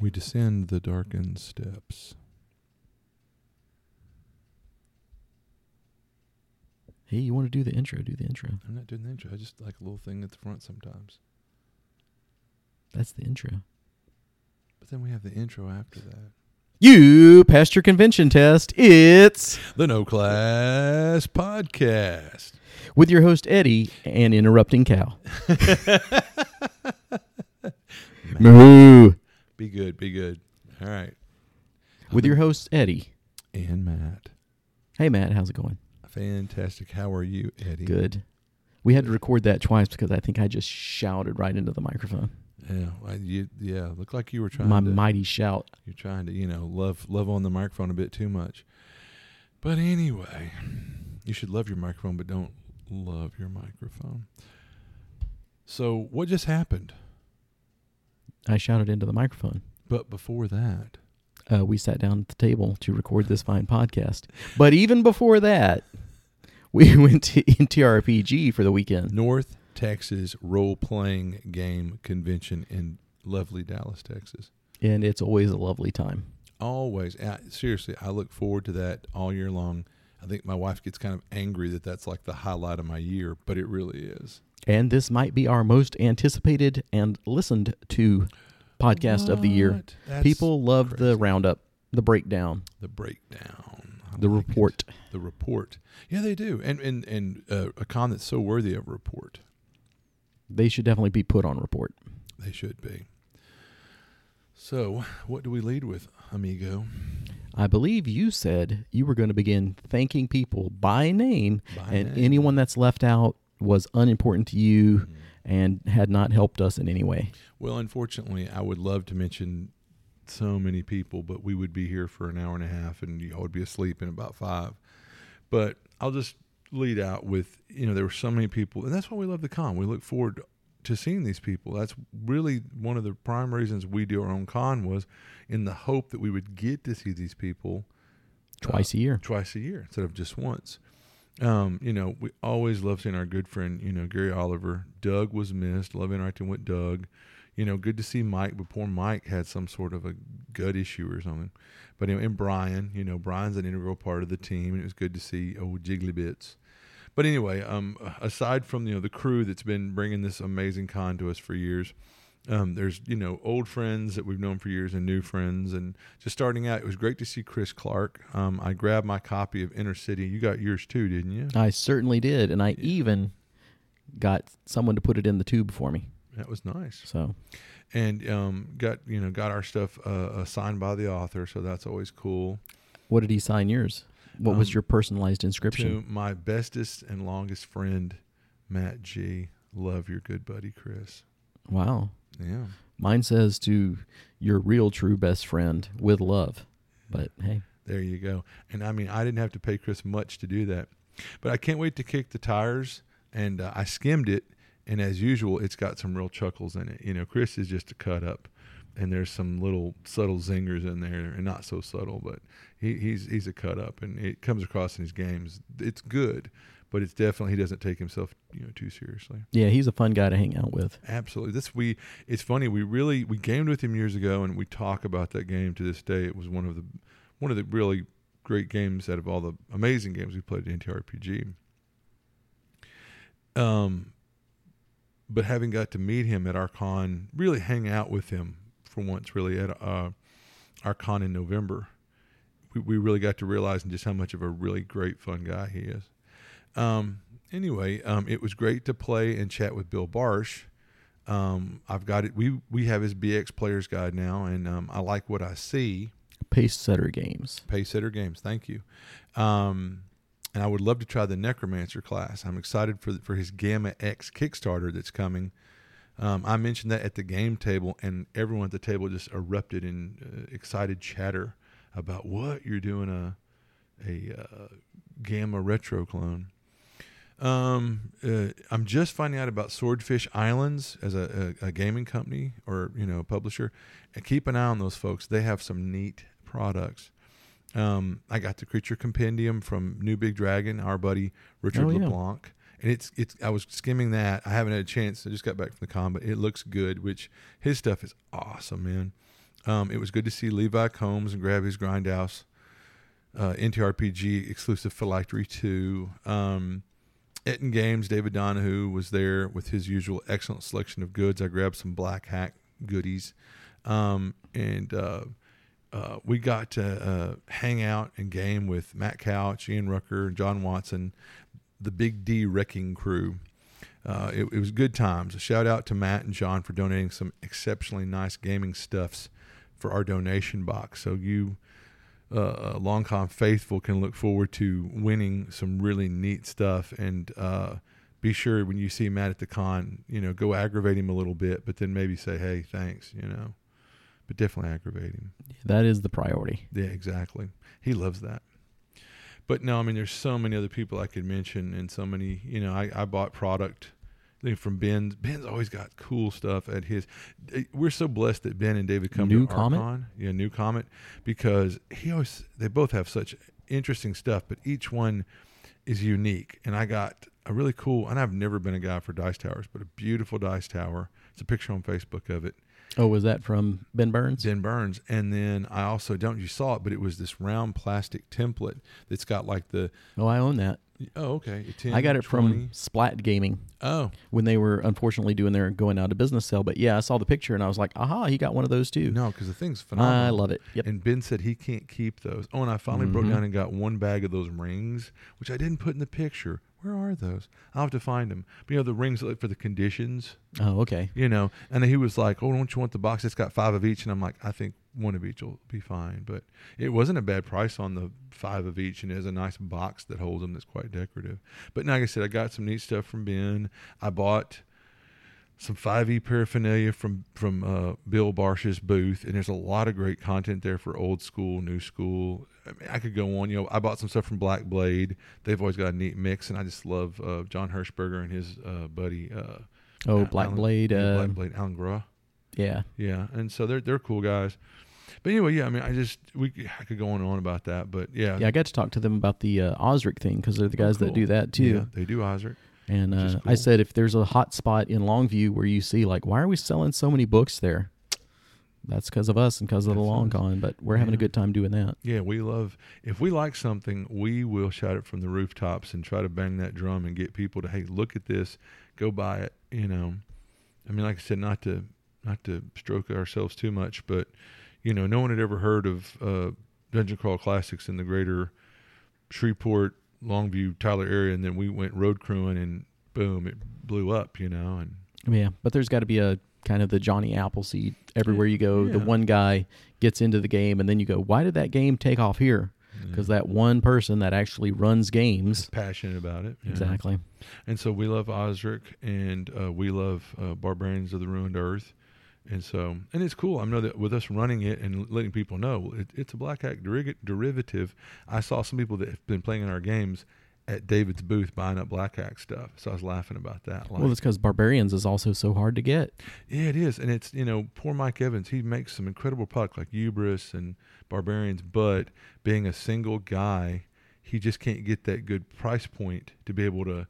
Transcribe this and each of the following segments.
We descend the darkened steps. Hey, you want to do the intro? Do the intro. I'm not doing the intro. I just like a little thing at the front sometimes. That's the intro. But then we have the intro after that. You passed your convention test. It's The No Class Podcast. with your host Eddie and interrupting Cal. Moo. Be good. Be good. All right. With your host Eddie. And Matt. Hey Matt, how's it going? Fantastic. How are you, Eddie? Good. We had to record that twice because I think I just shouted right into the microphone. Yeah. I, you, yeah. Looked like you were trying My to. mighty shout. You're trying to, you know, love love on the microphone a bit too much. But anyway, you should love your microphone, but don't love your microphone. So what just happened? I shouted into the microphone. But before that, Uh, we sat down at the table to record this fine podcast. But even before that, we went to NTRPG for the weekend. North Texas Role Playing Game Convention in lovely Dallas, Texas. And it's always a lovely time. Always, I, seriously, I look forward to that all year long. I think my wife gets kind of angry that that's like the highlight of my year, but it really is. And this might be our most anticipated and listened to podcast of the year. What? That's People love crazy. the roundup, the breakdown, the breakdown, I the like it. report. the report. Yeah, they do, and and and uh, a con that's so worthy of report. They should definitely be put on report. They should be. So, what do we lead with, amigo? I believe you said you were going to begin thanking people by name, By and name. anyone that's left out was unimportant to you Mm. and had not helped us in any way. Well, unfortunately, I would love to mention so many people, but we would be here for an hour and a half, and y'all would be asleep in about five. But I'll just lead out with you know there were so many people, and that's why we love the con. We look forward to seeing these people. That's really one of the prime reasons we do our own con was in the hope that we would get to see these people Twice a year. twice a year instead of just once. Um, you know, we always love seeing our good friend, you know, Gary Oliver. Doug was missed. Love interacting with Doug. You know, good to see Mike, but poor Mike had some sort of a gut issue or something. But anyway, and Brian, you know, Brian's an integral part of the team, and it was good to see old Jiggly Bits. But anyway, um, aside from you know the crew that's been bringing this amazing con to us for years, um, there's you know old friends that we've known for years and new friends, and just starting out, it was great to see Chris Clark. Um, I grabbed my copy of Inner City. You got yours too, didn't you? I certainly did, and I even got someone to put it in the tube for me. That was nice. So And um, got you know got our stuff uh, uh, signed by the author, so that's always cool. What did he sign yours? What Um, was your personalized inscription? To my bestest and longest friend, Matt G. Love your good buddy Chris. Wow. Yeah. Mine says to your real true best friend with love. But hey, There you go. And I mean, I didn't have to pay Chris much to do that, but I can't wait to kick the tires. And uh, I skimmed it, and as usual, it's got some real chuckles in it. You know, Chris is just a cut up, and there's some little subtle zingers in there, and not so subtle, but he, he's he's a cut up, and it comes across in his games. It's good, but it's definitely he doesn't take himself you know too seriously. yeah, he's a fun guy to hang out with. Absolutely. This we it's funny, we really we gamed with him years ago and we talk about that game to this day. It was one of the one of the really great games out of all the amazing games we played at NTRPG. Um but having got to meet him at our con, really hang out with him for once really at uh our con in November. We we really got to realize just how much of a really great fun guy he is. Um anyway, um it was great to play and chat with Bill Barsh. Um, I've got it. We we have his BX Players Guide now, and um, I like what I see. Pace setter games. Pay Sitter Games, thank you. Um, and I would love to try the Necromancer class. I'm excited for for his Gamma X Kickstarter that's coming. Um, I mentioned that at the game table, and everyone at the table just erupted in uh, excited chatter about what you're doing uh, a a uh, Gamma Retro clone. Um, uh, I'm just finding out about Swordfish Islands as a, a, a gaming company or you know a publisher, and keep an eye on those folks. They have some neat products. Um, I got the Creature Compendium from New Big Dragon, our buddy Richard Oh, yeah. LeBlanc, and it's it's. I was skimming that. I haven't had a chance. I just got back from the con, but it looks good. Which his stuff is awesome, man. Um, it was good to see Levi Combs and Gravity's Grindhouse, uh, NTRPG exclusive Phylactery 2. Um, Etten Games, David Donahue was there with his usual excellent selection of goods. I grabbed some black hack goodies. Um, and uh, uh, we got to uh, hang out and game with Matt Couch, Ian Rucker, John Watson, the Big D Wrecking Crew. Uh, it, it was good times. A shout out to Matt and John for donating some exceptionally nice gaming stuffs for our donation box. So you uh, long con faithful can look forward to winning some really neat stuff and uh, be sure when you see matt at the con you know go aggravate him a little bit but then maybe say hey thanks you know but definitely aggravate him That is the priority. yeah exactly he loves that but no i mean there's so many other people i could mention and so many you know i, I bought product I think from Ben's. Ben's always got cool stuff at his. Eh, We're so blessed that Ben and David come New to Comet? Arcon. Yeah, new comment because he always they both have such interesting stuff, but each one is unique. And I got a really cool, and I've never been a guy for dice towers, but a beautiful dice tower. It's a picture on Facebook of it. Oh, was that from Ben Burns? Ben Burns, and then I also don't know if you saw it, but it was this round plastic template that's got like the Oh, I own that. oh okay, a 10, I got 20. it from Splat Gaming oh when they were unfortunately doing their going out of business sale. But yeah, I saw the picture and I was like, aha, he got one of those too. no because the thing's phenomenal. I love it. Yep. Mm-hmm. And Ben said he can't keep those. Oh, and I finally broke down and got one bag of those rings, which I didn't put in the picture. Where are those? I'll have to find them. But, you know, the rings like, for the conditions, Oh, okay. you know. And he was like, Oh, don't you want the box that's got five of each? And I'm like, I think one of each will be fine. But it wasn't a bad price on the five of each. And it has a nice box that holds them that's quite decorative. But like I said, I got some neat stuff from Ben. I bought some 5e paraphernalia from from uh, Bill Barsh's booth, and there's a lot of great content there for old school, new school. I, mean, I could go on. You know, I bought some stuff from Black Blade. They've always got a neat mix, and I just love uh, John Hirschberger and his uh, buddy. Uh, Oh, Al- Black Alan- Blade. yeah, Uh, Black Blade, Alan Groh. Yeah. Yeah, and so they're they're cool guys. But anyway, yeah, I mean, I just we I could go on and on about that, but yeah, Yeah, I got to talk to them about the uh, Osric thing because they're the guys Oh, cool. that do that too. yeah, they do Isaac. And Which is uh, cool. I said, if there's a hot spot in Longview where you see, like, why are we selling so many books there? That's because of us and because of the That's long us. con, but we're having a Yeah. good time doing that. Yeah, we love. If we like something, we will shout it from the rooftops and try to bang that drum and get people to hey, look at this, go buy it. You know, I mean, like I said, not to not to stroke ourselves too much, but you know, no one had ever heard of uh, Dungeon Crawl Classics in the greater Shreveport, Longview, Tyler area, and then we went road crewing and boom, it blew up. You know, and Yeah, but there's got to be a kind of the Johnny Appleseed everywhere you go. The Yeah. one guy gets into the game, and then you go, why did that game take off here? Because that one person that actually runs games. passionate about it. you know. Exactly. And so we love Osric and uh, we love uh, Barbarians of the Ruined Earth. And so, and it's cool. I know that with us running it and letting people know, it, it's a Black Hack deri- derivative. I saw some people that have been playing in our games at David's booth buying up Black Hack stuff. So I was laughing about that. Like, Well, it's because Barbarians is also so hard to get. yeah, it is. And it's, you know, poor Mike Evans, he makes some incredible product like Ubris and Barbarians, but being a single guy, he just can't get that good price point to be able to,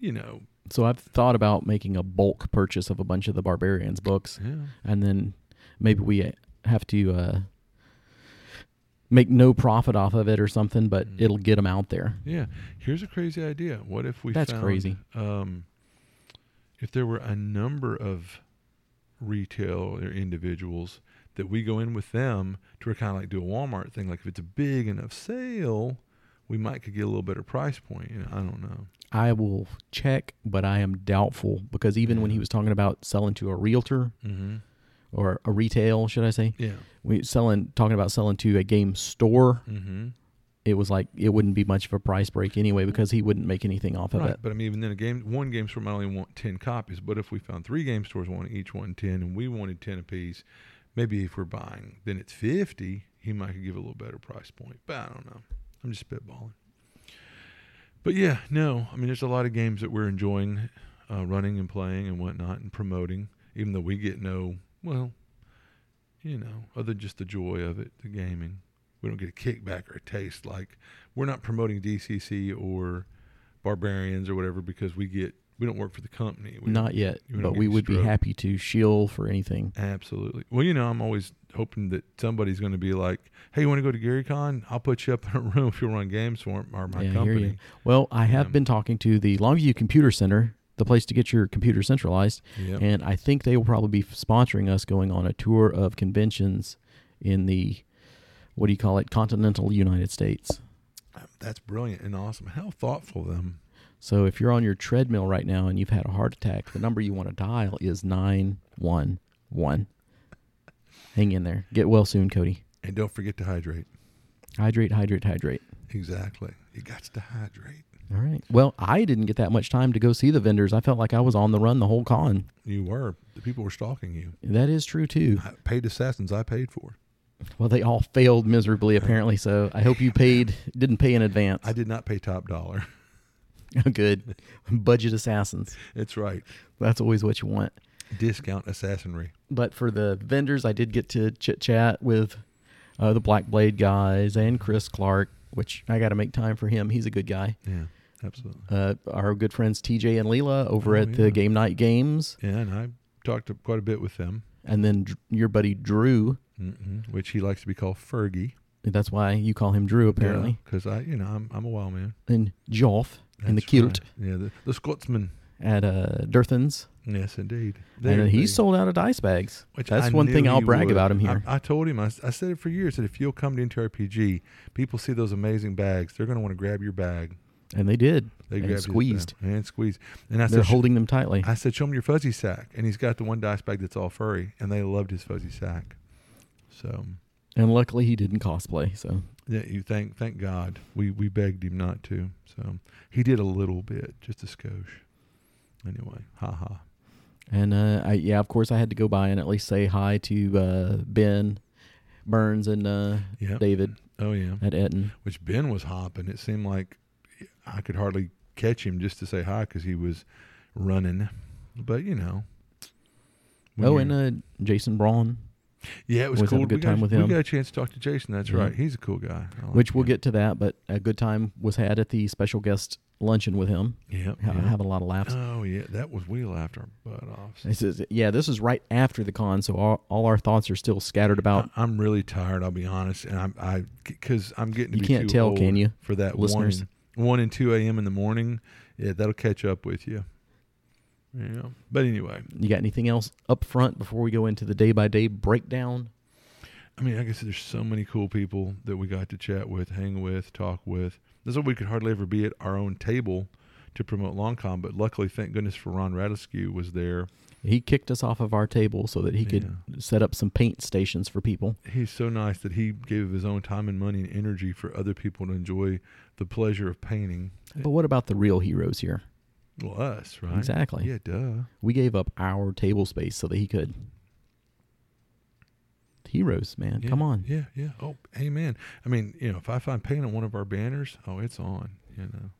you know, So I've thought about making a bulk purchase of a bunch of the Barbarians books. yeah. and then maybe we have to uh, make no profit off of it or something, but Mm. it'll get them out there. Yeah. Here's a crazy idea. What if we That's found, crazy. Um, if there were a number of retail or individuals that we go in with them to kind of like do a Walmart thing, like if it's a big enough sale, we might could get a little better price point. You know, I don't know. I will check, but I am doubtful because even when Yeah. he was talking about selling to a realtor Mm-hmm. or a retail, should I say, Yeah. we selling talking about selling to a game store, Mm-hmm. it was like it wouldn't be much of a price break anyway because he wouldn't make anything off of Right. it. But I mean, even then, a game one game store might only want ten copies. But if we found three game stores wanting each one ten, and we wanted ten apiece, maybe if we're buying, then it's fifty. He might could give a little better price point. But I don't know. I'm just spitballing. But yeah, no. I mean, there's a lot of games that we're enjoying, uh, running and playing and whatnot and promoting, even though we get no well, you know, other than just the joy of it, the gaming. We don't get a kickback or a taste. Like we're not promoting DCC or barbarians or whatever because we get We don't work for the company. We Not yet, you wanna but get we the would be stroke. happy to shill for anything. Absolutely. Well, you know, I'm always hoping that somebody's going to be like, "Hey, you want to go to GaryCon? I'll put you up in a room if you run games for 'em or my Yeah, I hear you. company." Well, I have Yeah. been talking to the Longview Computer Center, the place to get your computer centralized, Yep. and I think they will probably be sponsoring us going on a tour of conventions in the what do you call it, continental United States. That's brilliant and awesome. How thoughtful of them. So if you're on your treadmill right now and you've had a heart attack, the number you want to dial is 911. Hang in there. Get well soon, Cody. And don't forget to hydrate. Hydrate, hydrate, hydrate. Exactly. You got to hydrate. All right. Well, I didn't get that much time to go see the vendors. I felt like I was on the run the whole con. You were. The people were stalking you. That is true too. I paid assassins I paid for. Well, they all failed miserably apparently, so I hope you paid didn't pay in advance. I did not pay top dollar. Good. Budget assassins. That's right. That's always what you want. Discount assassinry. but for the vendors, I did get to chit chat with uh, the Black Blade guys and Chris Clark, which I got to make time for him. He's a good guy. Yeah, absolutely. Uh, our good friends TJ and Leela over Oh, at yeah. the Game Night Games, Yeah, and I talked to quite a bit with them, and then Dr- your buddy Drew. mm which he likes to be called Fergie. That's why you call him Drew, apparently. Because I, you know, I'm, I'm a wild man. And Joff in the That's kilt right. Yeah, the, the Scotsman. at uh, Durthan's. Yes, indeed. There And he they- sold out of dice bags. which That's I one knew thing I'll he brag would. about him here. I, I told him, I, s- I said it for years, that if you'll come to NTRPG, people see those amazing bags. They're going to want to grab your bag. and they did. They And grabbed his bag. squeezed. And squeezed. And I They're said, "Sh- holding them tightly. I said, show him your fuzzy sack. And he's got the one dice bag that's all furry. And they loved his fuzzy sack. So, and luckily, he didn't cosplay. So yeah, you thank thank God. We we begged him not to. So he did a little bit, just a skosh. Anyway, ha ha. And uh, I, yeah, of course, I had to go by and at least say hi to uh, Ben Burns and uh, Yep. David Oh, yeah. at Eton. Which Ben was hopping. It seemed like I could hardly catch him just to say hi because he was running. But, you know. when oh, you're- and uh, Jason Braun, yeah, it was always have cool. a good we got, time with we him. got a chance to talk to Jason. That's Yeah. right. He's a cool guy. I like which we'll him. get to that, but a good time was had at the special guest luncheon with him. Yeah, Ha- yeah. Have a lot of laughs. Oh yeah, that was we laughed our butt off. This is, yeah, this is right after the con, so all, all our thoughts are still scattered about. I- I'm really tired. I'll be honest, and I'm I because I'm getting to You be can't too tell, old can you, For that listeners? one, one and two a.m. in the morning, yeah, that'll catch up with you. Yeah, but anyway, You got anything else up front before we go into the day by day breakdown? I mean, I guess there's so many cool people that we got to chat with, hang with, talk with. That's why we could hardly ever be at our own table to promote Longcom, but luckily, thank goodness for Ron Radescu was there. He kicked us off of our table so that he could set up some paint stations for people. he's so nice that he gave his own time and money and energy for other people to enjoy the pleasure of painting. But what about the real heroes here? Well, us, right? Exactly. Yeah, duh. We gave up our table space so that he could. Heroes, man. Yeah, Come on. Yeah, yeah. Oh, amen. I mean, you know, if I find paint on one of our banners, oh, it's on. You know,